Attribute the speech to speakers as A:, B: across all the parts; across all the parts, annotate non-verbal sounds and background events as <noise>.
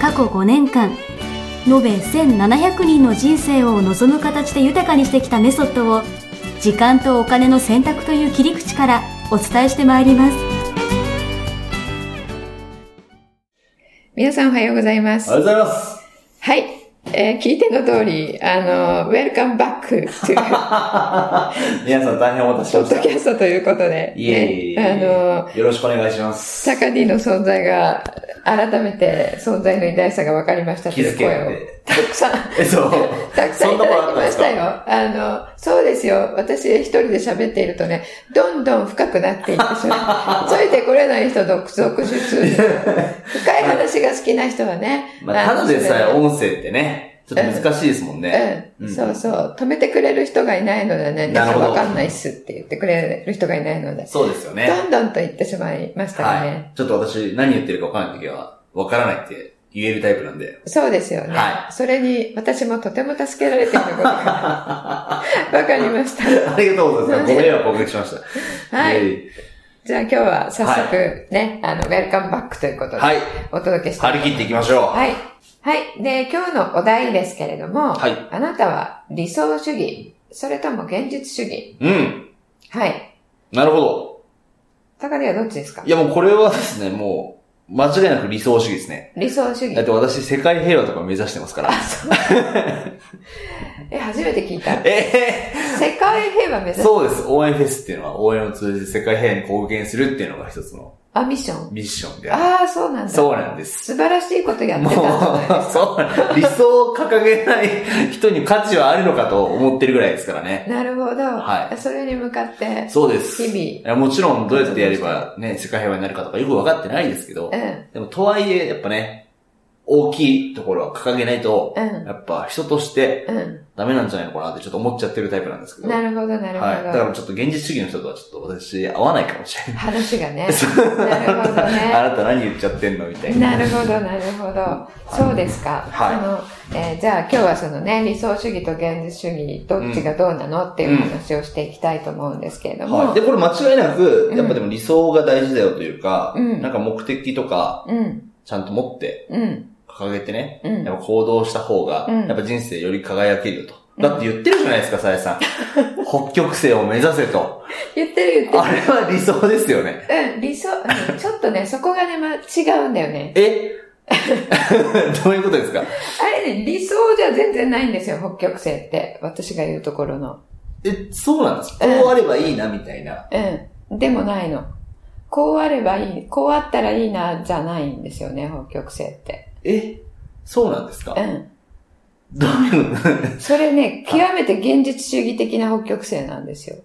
A: 過去5年間延べ1700人の人生を望む形で豊かにしてきたメソッドを時間とお金の選択という切り口からお伝えしてまいります
B: 皆さんおはようございます。
C: ありがとうございます。
B: はい。えー聞いての通り、あの、ウェルカムバックという
C: <laughs> 皆さん大変お待たせし
B: ポ
C: ま
B: ッド
C: し
B: キ
C: た。
B: ャストということで、
C: いえいえいえ。
B: ねあの、
C: よろしくお願いします。
B: サカディの存在が、改めて存在の偉大さが分かりましたという声を
C: 気づけって、
B: たくさん、
C: え、そう。
B: たくさんいただきましたよ。あの、そうですよ。私一人で喋っているとね、どんどん深くなっていってし
C: <laughs>
B: まう。ついてこれない人独続出。深い話が好きな人はね。
C: まあ、ただでさえ
B: あの
C: 音声ってね、ちょっと難しいですもんね。
B: うんん、そうそう。止めてくれる人がいないのでね、
C: なるほど
B: わかんないっすって言ってくれる人がいないので、
C: そうですよね。
B: どんどんと言ってしまいましたね。
C: はい。ちょっと私、何言ってるか分からないときは、分からないって言えるタイプなんで。
B: そうですよね。
C: は
B: それに、私もとても助けられていることが、
C: <laughs>
B: わかりました。
C: ありがとうございます。ご迷惑をおかけしました。
B: はい
C: イエイ。
B: じゃあ今日は早速ね、あの、ウェルカムバックということで、
C: はい。
B: お届けして
C: 張り切っていきましょう。
B: はい。はい。で、今日のお題ですけれども、
C: はい
B: あなたは理想主義、それとも現実主義。
C: うん。
B: はい。
C: なるほど。
B: 高ではどっちですか
C: いや、もうこれはですね、もう、間違いなく理想主義ですね。
B: 理想主義
C: だっ。て私、世界平和とか目指してますから。
B: <laughs> え、初めて聞いた。
C: ええ
B: 世界平和目指す。
C: そうです。応援フェスっていうのは、応援を通じて世界平和に貢献するっていうのが一つの
B: あ、ミッション。
C: ミッションである。
B: ああ、そうなんだ。
C: そうなんです。
B: 素晴らしいことやって
C: も
B: た
C: う、
B: んじゃないですか。
C: そう、理想を掲げない人に価値はあるのかと思ってるぐらいですからね。
B: <laughs> なるほど。
C: はい
B: それに向かって、
C: そうです。
B: 日
C: いやもちろん、どうやってやればね、世界平和になるかとかよくわかってないですけど
B: 々。う、ん。
C: でも、とはいえ、やっぱね、大きいところは掲げないと、
B: うん
C: やっぱ人として
B: う
C: ダメなんじゃないのかなってちょっと思っちゃってるタイプなんですけ
B: ん。
C: ど。
B: なるほど、なるほど。
C: はい。だからちょっと現実主義の人とはちょっと私合わないかもしれない。
B: 話がね。なるほどね。
C: あなた何言っちゃってんのみたいな。
B: なるほど、なるほど。そうですか。
C: はい
B: そのえーじゃあ今日はそのね、理想主義と現実主義、どっちがどうなのっていう話をしていきたいと思うんですけれども。
C: はい。で、これ間違いなく
B: う、ん
C: やっぱでも理想が大事だよというか、
B: うん
C: なんか目的とか、
B: うん、
C: ちゃんと持って、
B: うん、
C: 掲げてね、
B: うん
C: やっぱ行動した方が、
B: うん
C: やっぱ人生より輝けるよと。
B: うん
C: だって言ってるじゃないですか、さ
B: <laughs>
C: えさん。北極星を目指せと。
B: 言ってる言っ
C: あれは理想ですよね。
B: てる。うん、理想、うんちょっと
C: <laughs>
B: ね、そこがね、まあ、違うんだよね。 <laughs>
C: えどういうことですか
B: あれね、理想じゃ全然ないんですよ、北極星って。私が言うところの。
C: え、そうなんですか
B: うん
C: こうあればいいな、みたいな。
B: うん。でもないの。こうあればいい、こうあったらいいな、じゃないんですよね、北極星って。
C: え、そうなんですか
B: うん。
C: どういうの
B: <laughs> それね、極めて現実主義的な北極星なんですよ。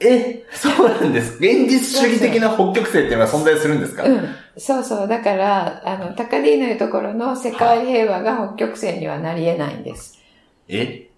C: え、そうなんです。現実主義的な北極星っていうのは存在するんですか、
B: うん。そうそう。だから、あの、タカディの言うところの世界平和が北極星にはなり得ないんです。
C: え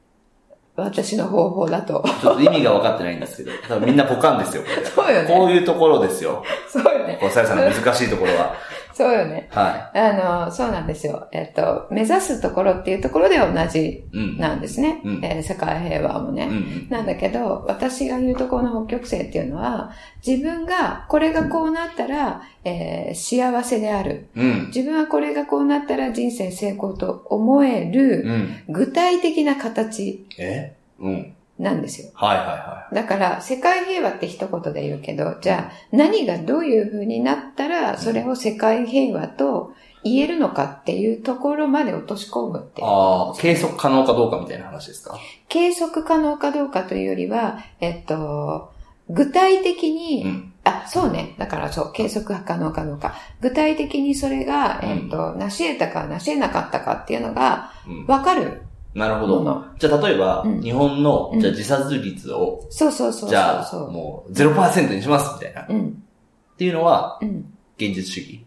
B: 私の方法だと。 <laughs>
C: ちょっと意味が分かってないんですけど、多分みんなポカンですよ、これ。
B: そうよね
C: こういうところですよ。
B: そうよね。
C: こう、さやさんの難しいところは。
B: そうよね。
C: は
B: あの、そうなんですよ。えっと、目指すところっていうところでは同じ
C: い。うん。
B: なんですね。
C: うん
B: えー世界平和もね。
C: うん。
B: なんだけど、私が言うところの北極星っていうのは、自分がこれがこうなったら、えー幸せである。
C: うん。
B: 自分はこれがこうなったら人生成功と思える
C: うん。
B: 具体的な形
C: えうん。
B: なんですよ。
C: はいはいは
B: だから世界平和って一言で言うけど、じゃあ何がどういう風になったらそれを世界平和と言えるのかっていうところまで落とし込むって
C: い。
B: いう。
C: ああ、計測可能かどうかみたいな話ですか
B: 計測可能かどうかというよりは、えっと、具体的に、
C: うん。
B: あ、そうね。だからそう、計測可能かどうか。具体的にそれが、
C: うん
B: えっと、成し得たか成し得なかったかっていうのが
C: うん。
B: わかる
C: なるほ
B: も
C: ど。
B: の。
C: じゃあ、例えば、
B: うん
C: 日本の、
B: うん
C: じゃあ自殺率を、
B: そうそうそうそうそう。
C: じゃあ、もう0%にします、みたいな。っ
B: うん、
C: ていうのは、
B: うん。
C: 現実主義。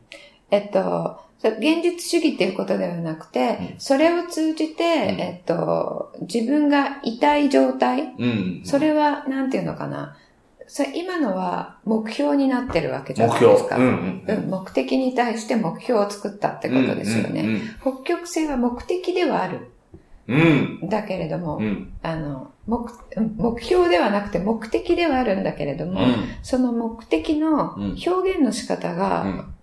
B: えっと、そ現実主義っていうことではなくて、
C: う
B: それを通じて、
C: ん
B: えっと、自分が痛い状態、
C: うん。
B: それは、なんていうのかな。それ今のは目標になってるわけじゃ
C: 目
B: ない
C: 標
B: です。か。
C: うんう。
B: うんん目的に対して目標を作ったってことですよね。北極星は目的ではある。
C: うん。うん。
B: だけれども、
C: うん。うん。
B: あの、目、目標ではなくて目的ではあるんだけれども、その目的の
C: うん
B: 表現の仕方
C: う
B: が、
C: ん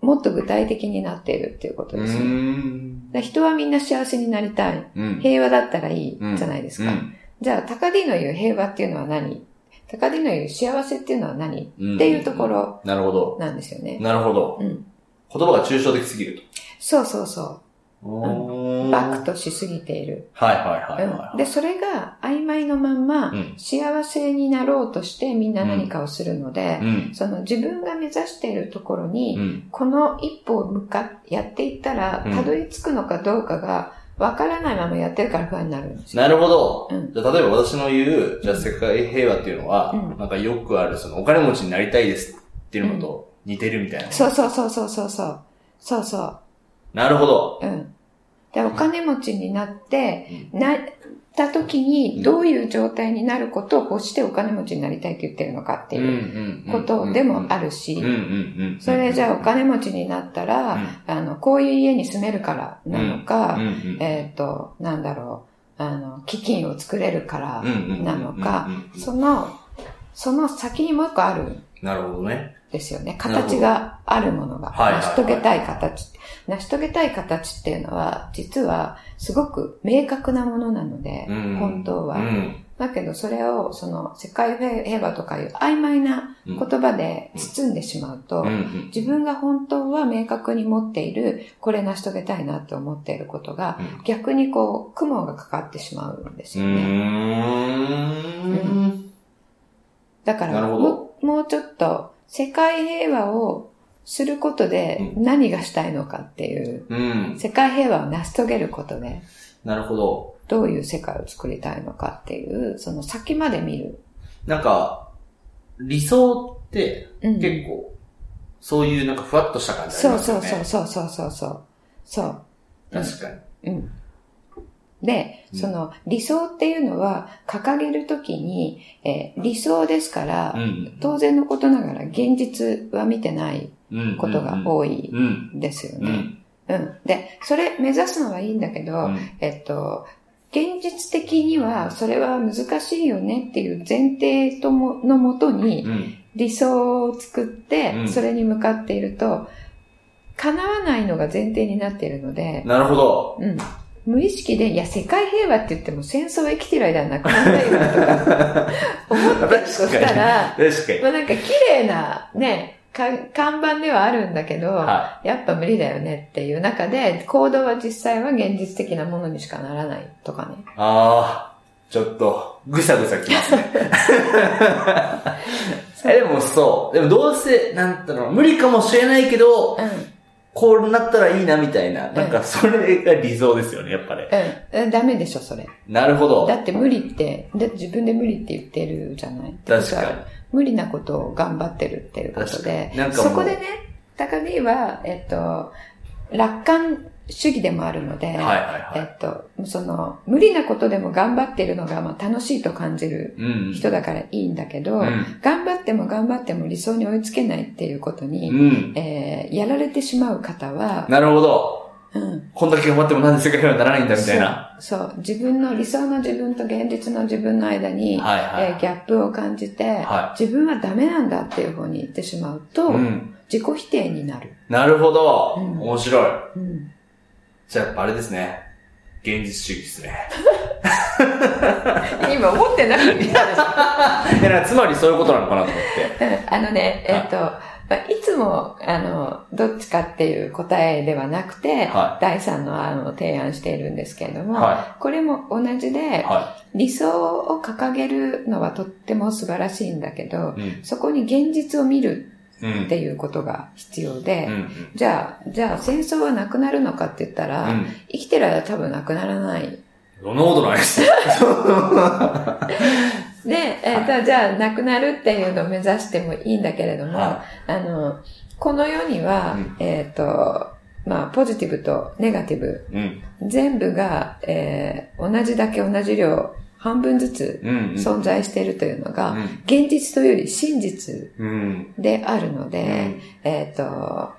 B: もっと具体的になっているっていうこと
C: う
B: ですよね。
C: ん。
B: だから人はみんな幸せになりたい。
C: うん。
B: 平和だったらいい
C: うん
B: じゃないです
C: う
B: か。
C: ん
B: じゃあ、高 D の言う平和っていうのは何高 D の言う幸せっていうのは何っ
C: うん
B: ていうところ
C: なるほど。
B: なんですよね。
C: なるほど。
B: うん。
C: 言葉が抽象的すぎる
B: そうそうそ
C: と。お
B: う。
C: ー
B: バクとしすぎている。
C: はいはいはいはいは
B: う
C: い。
B: ん、で、それが曖昧のまんま、
C: うん
B: 幸せになろうとしてみんな何かをするので
C: う、ん。
B: その自分が目指しているところに、
C: うん。
B: この一歩を向かやっていったら、
C: うん
B: たどり着くのかどうかがわからないままやってるから不安になるんですよ。
C: なるほど。
B: うん
C: じゃあ、例えば私の言う、じゃあ世界平和っていうのは、
B: うん
C: なんかよくある、そのお金持ちになりたいですっていうのと似てるみたいな。
B: そうそうそうそうそうそう。そうそう。
C: なるほど。
B: うん。で、お金持ちになって、
C: う
B: なった時にどういう状態になることを欲してお金持ちになりたいって言ってるのかっていう
C: う
B: ことでもある
C: う
B: し
C: ん、うんうん。
B: それじゃあお金持ちになったら、あの、こういう家に住めるからなの
C: うん
B: か、
C: うん
B: えっと、なんだろう、あの、基金を作れるから
C: うんうん
B: なのか
C: うんうんうん、
B: その、その先にもう一個あるん
C: なるほどね。
B: ですよね。
C: なるほど
B: 形があるものが。
C: はいはいはい
B: 成し遂げたい形って。成し遂げたい形っていうのは、実はすごく明確なものなので、
C: うん
B: 本当は。
C: うん。
B: だけどそれを、その世界平和とかいう曖昧な言葉で包んでしまうと、
C: うんうん
B: 自分が本当は明確に持っている、これ成し遂げたいなと思っていることが、
C: う
B: 逆にこう、雲がかかってしまうんです
C: う
B: よね。
C: ーん。
B: だか
C: な
B: ら
C: るほど
B: もう、もうちょっと、世界平和をすることで何がしたいのかっていう、
C: うん。
B: 世界平和を成し遂げることで、
C: なるほど。
B: どういう世界を作りたいのかっていう、その先まで見る。
C: なんか、理想って
B: うん
C: 結構、そういうなんかふわっとした感じあり
B: そう
C: ます
B: そ
C: よ
B: う
C: ね。
B: そうそうそうそうそう。そう。
C: 確かに。
B: うん。で、
C: うん
B: その理想っていうのは掲げるときに、えー理想ですから、
C: うん
B: 当然のことながら現実は見てない
C: うん
B: ことが多い
C: うん。
B: ですよ
C: うん。う
B: ね。
C: ん。
B: うん、で、それ目指すのはいいんだけど、
C: うん
B: えっと、現実的にはそれは難しいよねっていう前提とものもとに
C: うん。
B: 理想を作って、
C: うん
B: それに向かっていると、叶わないのが前提になっているので、
C: なるほど。
B: うん。無意識で、いや、世界平和って言っても戦争は生きてる間はなくならないよと
C: <laughs>
B: か思ったりとしたら、
C: 確かに。
B: まあなんか綺麗なね、か看板ではあるんだけど、
C: は
B: やっぱ無理だよねっていう中で、行動は実際は現実的なものにしかならないとかね
C: い。。あー、ちょっと、ぐさぐさきますね。え、でもそう。でもどうせ、なんだろう、無理かもしれないけど、
B: う
C: こうなったらいいなみたいな。なんかそれが理想ですよね、やっぱり。
B: ん、うん、ダメでしょ、それ。
C: なるほど
B: だ。って無理って、だって自分で無理って言ってるじゃないってことは
C: 確かに
B: 無理なことを頑張ってるっていうこと
C: 確か
B: で
C: になん、かもう
B: そこでね、高 D は、えっと、楽観主義でもあるので、
C: はいはいは
B: えっと、その、無理なことでも頑張ってるのが、まあ、楽しいと感じる
C: い。うん。
B: 人だからいいんだけど、
C: うん
B: 頑張っても頑張っても理想に追いつけないっていうことに、
C: うん。
B: えーやられてしまう方は、
C: なるほど。
B: うん、
C: こんだけ頑張ってもなんで世界平和にならないんだみたいな。
B: そうそう自分の理想の自分と現実の自分の間に、
C: はいは
B: え
C: い
B: ーギャップを感じて、
C: は
B: 自分はダメなんだっていう方に行ってしまうと、
C: うん。
B: 自己否定になる、
C: なるほど。
B: うん
C: 面白い。
B: うん
C: じゃあやっぱあれですね。現実主義ですね。 <laughs>
B: 今思ってなかったでしょ
C: いやなんかつまりそういうことなのかなと思って。
B: <laughs> うんあのねえっ、と、まあ、いつもあのどっちかっていう答えではなくて、
C: は
B: 第三の案を提案しているんですけれども、
C: は
B: これも同じで、
C: は
B: 理想を掲げるのはとっても素晴らしいんだけど、
C: い。うん。
B: そこに現実を見る
C: う
B: っ
C: ん。
B: ていうことが必要で、
C: うん。
B: じゃあ、じゃあ戦争はなくなるのかって言った
C: う
B: ら、
C: ん。
B: 生 <laughs> きてる間多分なくならない。
C: そんなことないです。
B: で、えっ、と、じゃあ、なくなるっていうのを目指してもいいんだけれども、
C: は
B: あの、この世には、
C: うん
B: えっ、と、まあ、ポジティブとネガティブ、
C: うん。
B: 全部が、えー同じだけ同じ量、半分ずつ
C: うん。うん
B: 存在しているというのが、
C: うん
B: 現実というより真実
C: うん。
B: であるので、えっ、と、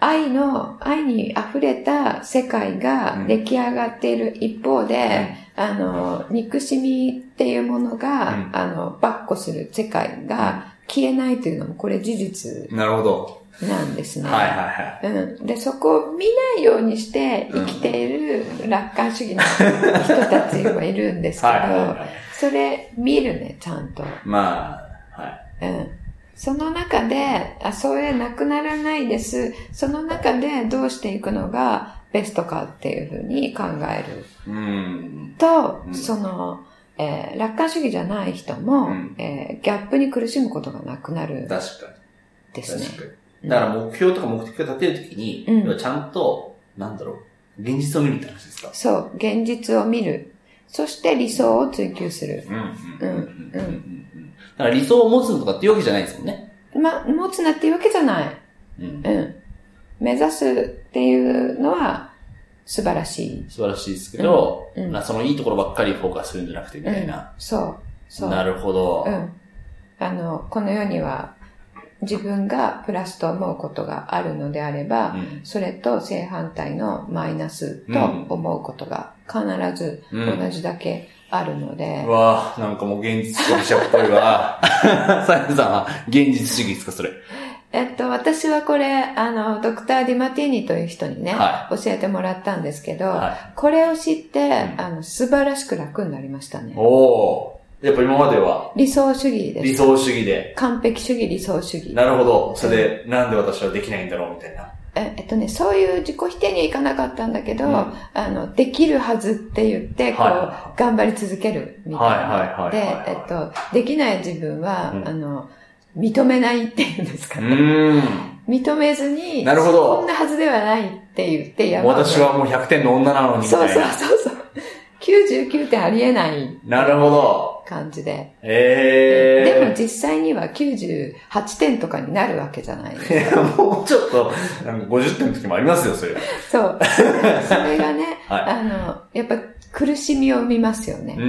B: 愛の、愛に溢れた世界が出来上がっている一方で、あの、憎しみっていうものが、
C: うん
B: あの、ばっこする世界が消えないというのも、これ事実
C: なるほど。
B: なんですね。
C: はいはいはい。
B: うん。で、そこを見ないようにして生きている楽観主義の人たちもいるんですけど、
C: はいはいはい。
B: それ見るね、ちゃんと。
C: まあ、はい。
B: うんその中で、あ、それなくならないです。その中でどうしていくのがベストかっていうふうに考える
C: うん。
B: と、
C: うん
B: その、えー楽観主義じゃない人も、
C: うん
B: えーギャップに苦しむことがなくなるん
C: 確か
B: です
C: に。
B: ね。
C: 確かに。だから目標とか目的を立てるときに、
B: うん
C: 要はちゃんと、なんだろう、現実を見るって話ですか。
B: そう、現実を見る。そして理想を追求する。
C: うん。うん。
B: うん
C: うん。うん。だから理想を持つとかっていうわけじゃないですもんね。
B: ま、持つなっていうわけじゃない。
C: うん。
B: うん。目指すっていうのは素晴らしい。
C: 素晴らしいですけど、
B: うんうん
C: まあそのいいところばっかりフォーカスするんじゃなくてみたいな。
B: うんそう。そう。
C: なるほど。
B: うん。あの、この世には自分がプラスと思うことがあるのであれば、
C: うん
B: それと正反対のマイナス
C: う
B: と
C: ん
B: 思うことが必ず
C: うん
B: 同じだけあるので、
C: うわぁ、なんかもう現実主義者っぽいわ。さやさんは現実主義ですか、それ。
B: えっと、私はこれ、あの、ドクター・ディマティーニという人にね、
C: は
B: 教えてもらったんですけど、
C: は
B: これを知って、
C: うん
B: あの、素晴らしく楽になりましたね。
C: おー。やっぱ今までは
B: 理想主義で
C: 理
B: す。
C: 想主義で、
B: 完璧主義、理想主義。
C: なるほど。それで、なんで私はできないんだろうみたいな。
B: ええっとね、そういう自己否定にはいかなかったんだけど、
C: うん
B: あの、できるはずって言って、こう、
C: はいはいは
B: 頑張り続けるみたいな。
C: はいはいはいはい
B: で、えっと、できない自分は、
C: うん
B: あの、認めないっていうんですか
C: う
B: ね。
C: ーん。
B: 認めずに、
C: なるほど
B: こんなはずではないって言ってやめる
C: <laughs> 私はもう100点の女なのにみ
B: そ
C: た
B: う
C: い
B: そう
C: な。
B: そうそう。99点ありえない
C: なるほど。
B: 感じで。でも
C: え
B: 実際には98点とかになるわけじゃないですか
C: え。ー。 <laughs> もうちょっと、なんか50点の時もありますよ、それ。 <laughs>
B: そう。それがね、
C: はい
B: あの、やっぱ苦しみを生みますよ
C: う
B: ね。
C: ん。う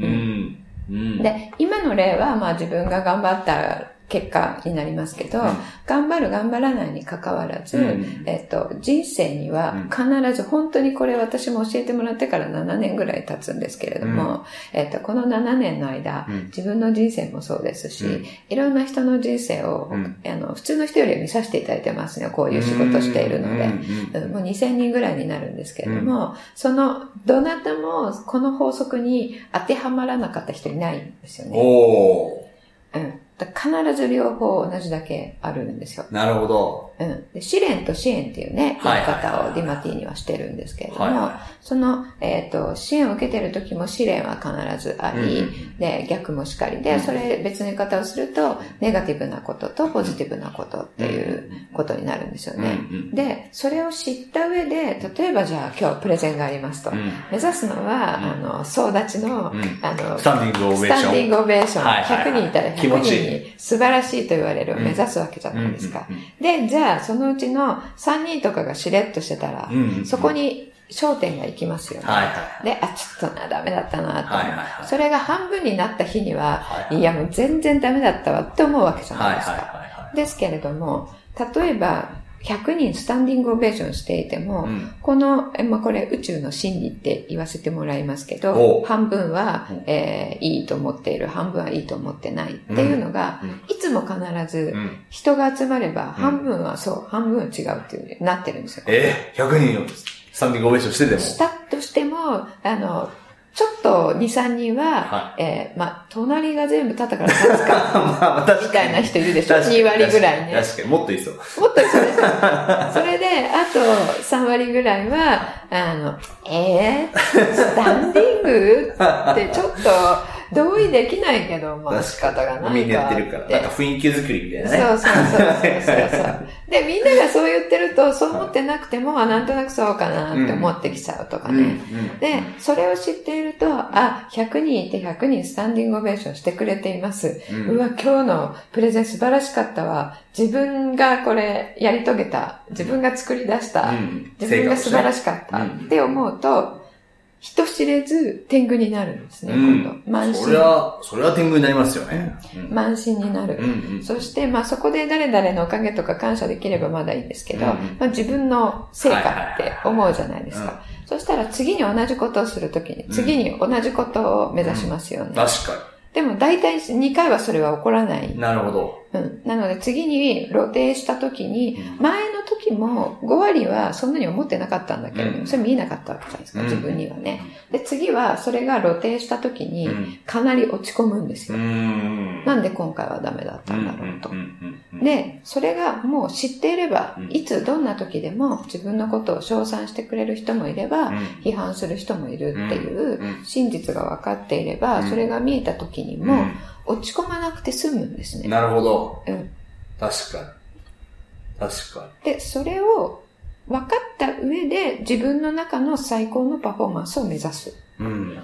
C: ん。うん。
B: で、今の例は、まあ自分が頑張った結果になりますけど、
C: うん
B: 頑張る頑張らないに関わらず、
C: うん
B: えっと、人生には必ず、本当にこれ私も教えてもらってから7年ぐらい経つんですけれども、えっと、この7年の間、
C: うん
B: 自分の人生もそうですし、
C: うん
B: いろんな人の人生を、
C: うん
B: あの普通の人より見させていただいてますね、こういう仕事しているので。
C: うんうん
B: もう2000人ぐらいになるんですけれども、その、どなたもこの法則に当てはまらなかった人いないんですよね。
C: お
B: う
C: ー。
B: ん、だから必ず両方同じだけあるんですよ。
C: なるほど。
B: うん、で試練と支援っていうね、言
C: はい
B: い
C: はいはい
B: 方をディマティにはしてるんですけれども、
C: はいは
B: その、えっ、と、支援を受けてる時も試練は必ずあり、
C: うん
B: で、逆もしかり
C: う
B: で、
C: ん
B: それ別の言い方をすると、ネガティブなこととポジティブなことっていうことになるんですよね。
C: うん
B: で、それを知った上で、例えばじゃあ今日プレゼンがありますと。
C: うん
B: 目指すのは、
C: うん
B: あの、総立ちの、
C: うん
B: あの、
C: スタンディングオ
B: ス
C: ベーシ
B: タ
C: ョン。
B: ンディングオベーション。
C: はいはいはい
B: 100人いたら
C: 気
B: 100
C: 持ちいい
B: 人に素晴らしいと言われるを
C: うん
B: 目指すわけじゃないですか。
C: うん
B: で、じゃあそのうちの3人とかがしれっとしてたら、
C: うんうん
B: そこに焦点が行きますよね。
C: はいはいはい
B: で、あ、ちょっとな、ダメだったなと、
C: はいはいはい
B: それが半分になった日には、
C: は
B: い
C: いはい
B: や、もう全然ダメだったわって思うわけじゃな
C: はいい
B: で
C: は
B: す
C: い
B: か。
C: は
B: ですけれども、例えば、100人スタンディングオベーションしていても、
C: うん
B: この、えまあ、これ宇宙の真理って言わせてもらいますけ
C: お
B: ど
C: う、
B: 半分は
C: うん、
B: えーいいと思っている、半分はいいと思ってないっていうのが、
C: うん
B: いつも必ず
C: い。うん。
B: 人が集まれば、半分はそう、半分は違うっていう風になってるんですよ。
C: えー、100人をスタンディングオベーションしてでも。
B: したとしても、あの、ちょっと2、3人は、
C: は
B: えーまあ、隣が全部肩から立つか、
C: まあ、確かに
B: みたいな人いるでしょ。
C: 確かに
B: 2割ぐらいね。
C: 確かに、もっといいですよ。
B: もっとそうですよ。それで、あと3割ぐらいは、あの、えー、スタンディングってちょっと同意できないけど、まあ仕方がないか
C: みんなやってるから。なんか
B: っ
C: 雰囲気作りみたい
B: て
C: な
B: そ
C: ね。
B: うそうそうそうそうそう。で、みんながそう言ってると、そう思ってなくても、あ、なんとなくそうかなって思ってきちゃうとか
C: うん。うん
B: ね。で、それを知っていると、あ、100人いて100人スタンディングオベーションしてくれています。
C: うん
B: うわ、今日のプレゼン素晴らしかったわ。自分がこれやり遂げた。自分が作り出した。
C: うん
B: 自分が素晴ら
C: 成
B: しかった
C: うん
B: って思うと、人知れず天狗になるんですね、
C: うん
B: 今度。満
C: 果をそれ
B: 身。
C: は、それは天狗になりますよね。うん
B: 満身にな
C: うんう
B: る。
C: ん
B: そして、まあそこで誰々のおかげとか感謝できればまだいいんですけど、
C: うん
B: まあ自分の成果って思うじゃないです
C: はい
B: か。そしたら次に同じことをするときに、次に同じことを目指しますよね。
C: 確か
B: でも大体2回はそれは起こらない
C: に。なるほど。
B: うん。なので次に露呈した時に、前の時も5割はそんなに思ってなかったんだけれど
C: う
B: も、
C: ん
B: それ見えなかったわけじゃないですか、
C: うん
B: 自分にはね。で、次はそれが露呈した時
C: う
B: に、
C: ん。
B: かなり落ち込むんです
C: う
B: よ。
C: ん。
B: なんで今回はダメだったんだろうと
C: うん。うんうんうん
B: で、それがもう知っていれば
C: うん、
B: いつどんな時でも自分のことを称賛してくれる人もいれば、
C: うん
B: 批判する人もいるっていう
C: うん
B: 真実が分かっていれ
C: う
B: ば、
C: ん
B: それが見えた時に
C: う
B: も
C: ん
B: 落ち込まなくて済むんですね。
C: なるほど。
B: うん
C: 確かに。確か
B: で、それを分かった上で自分の中の最高のパフォーマンスを目指す。
C: に。うん。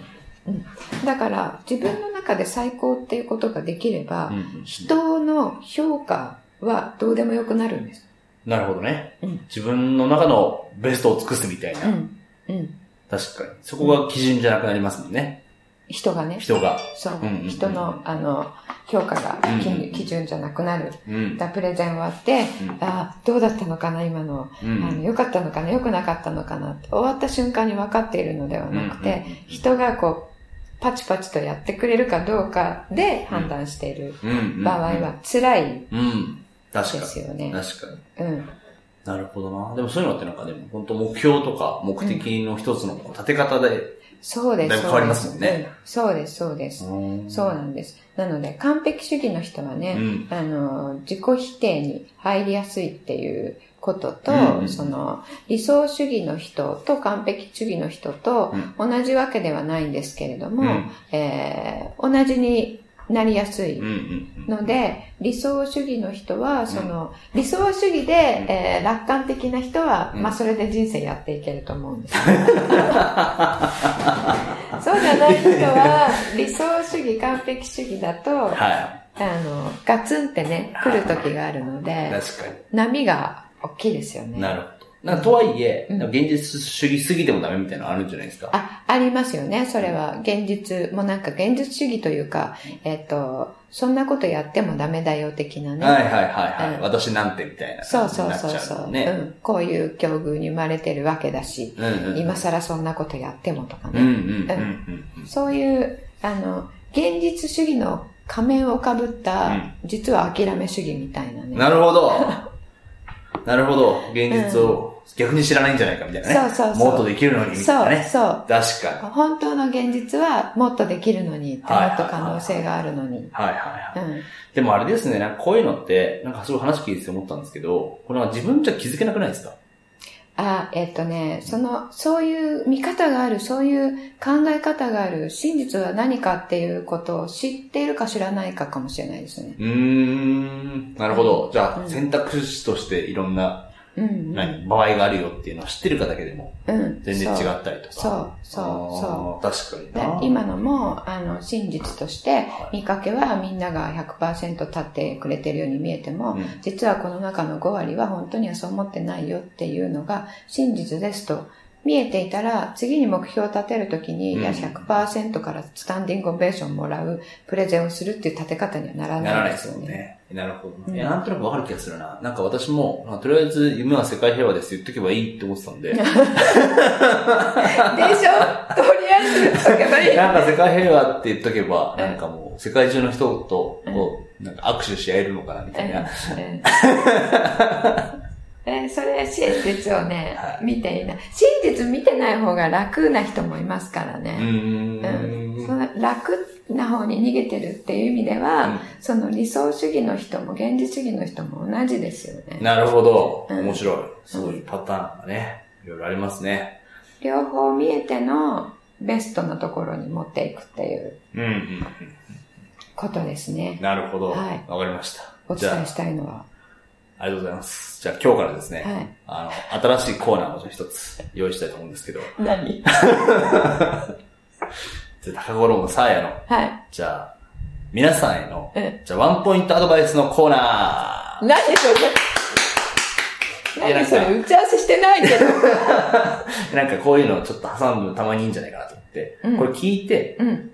B: だから自分の中で最高っていうことができれば、
C: うん
B: 人の評価はどうでもよくなるんです。
C: なるほどね
B: うん。
C: 自分の中のベストを尽くすみたいな。
B: ん。うん。
C: 確かに。そこが基準じゃなくなりますもんね。
B: 人がね、
C: 人が。
B: そう、
C: うんうんうん
B: 人のあの評価が基,、
C: うんうんうん
B: 基準じゃなくなる。
C: うん。
B: だプレゼン終わって、
C: うん
B: あどうだったのかな、今の。
C: う
B: あの
C: ん
B: 良かったのかな、良くなかったのかなって。終わった瞬間に分かっているのではなくて、
C: うんうんうん
B: 人がこう、パチパチとやってくれるかどうかで判断している
C: うんうん
B: 場合は辛いで
C: うん。確か
B: すよね
C: に。。確かに。
B: うん。
C: なるほどな。でもそういうのってなんかでも本当目標とか目的の一つの立て方で。
B: そうです。
C: だいぶ変わりますもんね
B: そうです。うんそうです、そうです。そうなんです。なので、完璧主義の人は
C: う
B: ね、
C: ん。
B: あの、自己否定に入りやすいっていうことと、
C: うんうん
B: その、理想主義の人と完璧主義の人と同じわけではないんですけれども、
C: うん
B: えー同じになりやすい
C: うんうん
B: ので、理想主義の人は、その、理想主義で、えー楽観的な人は、
C: うん
B: まあ、それで人生やっていけると思うん
C: <laughs>
B: です。そうじゃない人は、理想主義、完璧主義だと、
C: うん。
B: あ
C: は
B: の、ガツンってね、来る時があるの
C: い。
B: で、
C: 確かに。
B: 波が大きいですよね。
C: なるほど。なんかとはいえ、
B: うん
C: なんか現実主義すぎてもダメみたいなのあるんじゃないですか。
B: あ、ありますよね。それは、現実、もうなんか現実主義というか、えっ、と、そんなことやってもダメだよ的なね。
C: はいはいはいはい。
B: うん
C: 私なんてみたいな
B: そ
C: 感
B: う
C: じ
B: そ
C: に
B: う
C: なっち
B: そうそ
C: ゃう
B: う、
C: もん
B: う
C: ね。
B: ん。こういう境遇に生まれてるわけだし、
C: うんうんうん
B: 今更そんなことやってもとか
C: うんうん
B: ね。
C: うんうん
B: そういう、あの、現実主義の仮面をかぶった、
C: うん
B: 実は諦め主義みたいな
C: う
B: ね。
C: ん。なるほど。なるほど。現実を逆に知らないんじゃないかみたいなね。
B: そうそうそう
C: もっとできるのにみた
B: そ
C: いうな、ね。
B: そう。
C: 確かに。
B: 本当の現実はもっとできるのにって、も
C: はい
B: っと可能性があるのに。
C: はいはいは
B: う
C: い。
B: ん。
C: でもあれですね、なんかこういうのって、なんかすごい話聞いてて思ったんですけど、これは自分じゃ気づけなくないですか
B: あ、えっとね、その、そういう見方がある、そういう考え方がある、真実は何かっていうことを知っているか知らないかかもしれないですね。
C: うーん。なるほど。じゃ
B: う
C: あ、
B: ん
C: 選択肢としていろん
B: うん
C: な、
B: うん。
C: 何、場合があるよっていうのを知ってるかだけでも、
B: うん、
C: 全然違
B: そう
C: ったりとか。
B: そうそう
C: あー確か
B: で
C: にな。
B: 今のも、あの、真実として
C: は、
B: 見かけはみんなが100%立ってくれてるように見えても、
C: うん
B: 実はこの中の5割は本当にはそう思ってないよっていうのが真実ですと。見えていたら、次に目標を立てるときに、
C: うん
B: いや、100%からスタンディングオベーションもらう、プレゼンをするっていう立て方にはなら
C: なら
B: な
C: ない
B: で
C: いですす
B: よ
C: も
B: ね。
C: んね。なるほどな、
B: うん
C: いや、なんとなくわかる気がするな。なんか私も、まあとりあえず夢は世界平和です言っとけばいいって思ってたん
B: <laughs>
C: で、なん
B: でしょとりあえず言っとけばいい。
C: か世界平和って言っとけば、
B: うん
C: なんかもう世界中の人と、こうなんか握手し合えるのかなみたいな。
B: えーそれ真実をね
C: は、
B: 見ていない。真実見てない方が楽な人もいますから
C: う
B: ね。
C: ーん。
B: その楽な方に逃げてるっていう意味では、
C: うん
B: その理想主義の人も現実主義の人も同じですよね。
C: なるほど。
B: うん
C: 面白い。すごいパターンがね、いろいろありますね。
B: 両方見えてのベストなところに持っていくっていう
C: うんうん
B: ことですね。
C: なるほど。わ、
B: はい
C: かりました。
B: お
C: じ
B: 伝
C: ゃ
B: えしたいのは。
C: あ、ありがとうございます。じゃあ今日からですね、
B: はい
C: あの、新しいコーナーをじゃあ一つ用意したいと思うんですけど、
B: 何
C: じゃあ高五郎のサーヤの、
B: はい。
C: じゃあ、皆さんへの <laughs>
B: え、
C: じゃあワンポイントアドバイスのコーナー
B: 何それ
C: いや
B: 何そ
C: なん
B: れ打ち合わせしてないけど。
C: なんかこういうのをちょっと挟むのたまにいいんじゃないかなと思って、
B: うん
C: これ聞いて、
B: うん。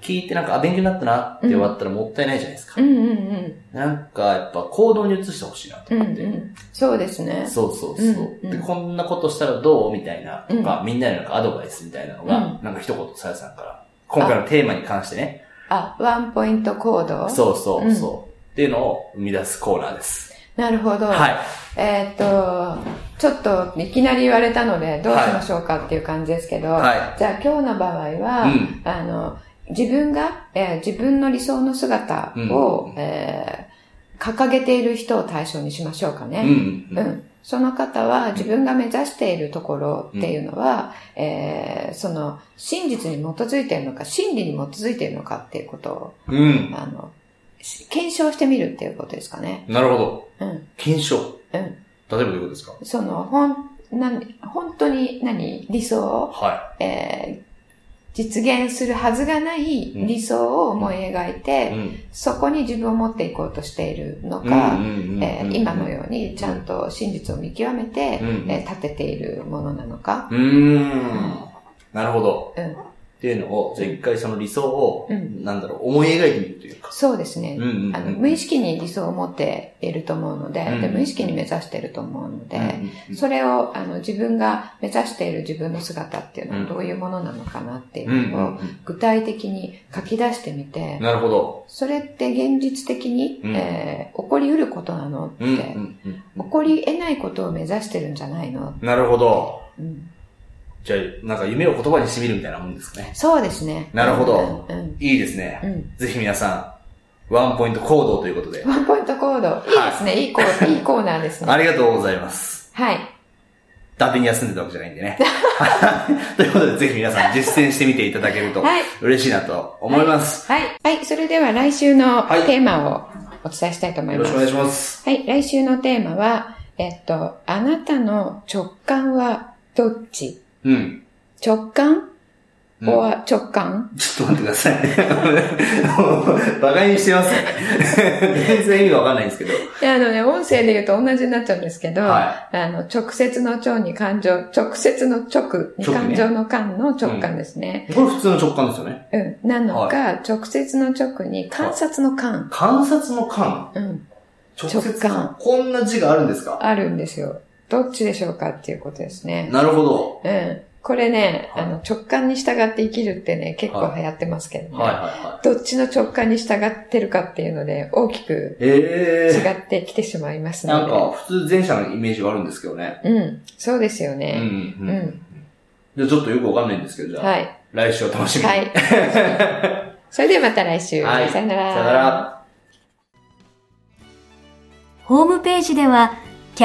C: 聞いてなんか、あ、勉強になったなって終わったらもったいないじゃないですか。
B: うんうん
C: なんか、やっぱ行動に移してほしいなと
B: うん。うん
C: 思
B: う
C: って。
B: ん。そうですね。
C: そうそうそう、
B: うんうん
C: で、こんなことしたらどうみたいな、とか、みんなへのなんかアドバイスみたいなのが、なんか一言さやさんから、今回のテーマに関してね、
B: あ、ワンポイント行動
C: そうそうそう、っていうのを生み出すコーナーです。
B: なるほど。
C: はい。
B: えーっと、ちょっといきなり言われたので、どうしましょうかっていう感じですけど、
C: は
B: じゃあ今日の場合は、
C: うん
B: あの、自分が、えー自分の理想の姿を、えー掲げている人を対象にしましょうか
C: うん
B: ね。
C: うん。
B: うその方は自分が目指しているところっていうのは、えーその真実に基づいているのか、真理に基づいているのかっていうことを、
C: うん。
B: あの、し検証してみるっていうことですかね。
C: なるほど。
B: うん。
C: 検証。
B: うん
C: 例えばどういうことですか
B: その、ほん、なん、本当に何理想を、
C: は
B: えー実現するはずがない
C: うん
B: 理想を思い描い
C: い。
B: て、
C: ん。
B: そこに自分を持っていこうとしているの
C: うんうん
B: か、
C: うんうん
B: えー今のようにちゃんと真実を見極めて、
C: うん
B: えー立てているものなのか。
C: うーん。なるほど。
B: うん
C: っていうのを、じゃあ一回その理想を、
B: うん
C: なんだろう、思い描いてみるというか。
B: そうですね。
C: うんうんうん
B: あの無意識に理想を持っていると思うので,で、
C: うん
B: 無意識に目指していると思うので、
C: うん
B: それをあの自分が目指している自分の姿っていうの
C: うん
B: はどういうものなのかなってい
C: うんう
B: うんのを具体的に書き出してみて
C: うん。、なるほど。
B: それって現実的に、
C: うん
B: えー起こりうることなのって、
C: うんうんうん
B: 起こり得ないことを目指してるんじゃないの、
C: なるほど。
B: うん
C: じゃあ、なんか夢を言葉にしてみるみたいなもんですね。
B: そうですね。
C: なるほど
B: うんうん
C: いいですね。
B: うん
C: ぜひ皆さん、ワンポイント行動ということで。
B: ワンポイント行動。いいですね。いいコー
C: <laughs>
B: いいコーナーです
C: あ
B: ね。
C: りがとうございます。
B: はい。
C: だてに休んでたわけじゃないんでね。 <laughs> はいということで、ぜひ皆さん実践してみていただけると
B: はい
C: 嬉しいなと思います。
B: はい。はい。それでは来週の
C: はい
B: テーマをお伝えしたいと思い
C: よ
B: ま
C: ろ
B: す。
C: しくお願いします。
B: はい。来週のテーマは、えっと、あなたの直感はどっち
C: うん。
B: 直感
C: うん
B: or 直感、
C: ちょっと待ってくださいね。 <laughs> もう、馬鹿にしてますね。全然意味がわかんないんですけど。
B: いやあのね、音声で言うと同じになっちゃうんですけど、
C: は
B: あの、直接の腸に感情、直接の直に
C: 直ね
B: 感情の感の直感ですね。
C: これ普通の直感ですよね。
B: うん、なのか、直接の直に観察の感、
C: 観察の感
B: うん、
C: 直
B: 直
C: 接
B: 感
C: こんな字があるんですか
B: あるんですよ。どっちでしょうかっていうことですね。
C: なるほど。
B: うん。これね、
C: はい
B: あの、直感に従って生きるってね、結構流行ってますけどね。
C: はいはいはい。
B: どっちの直感に従ってるかっていうので、大きく
C: え
B: 違
C: え
B: ってきてしまいます
C: ー。な
B: の
C: ん
B: で。
C: か、普通前者のイメージがあるんですけどね。
B: うん。そうですよ
C: うん
B: ね。
C: うん
B: う
C: うん。じゃあちょっとよくわかんないんですけど、じゃあ、
B: はい。
C: 来週を楽しみに。
B: はい。
C: <laughs>
B: それではまた来週。
C: はい
B: さよなら。
C: さよなら。
A: ホームページでは、キ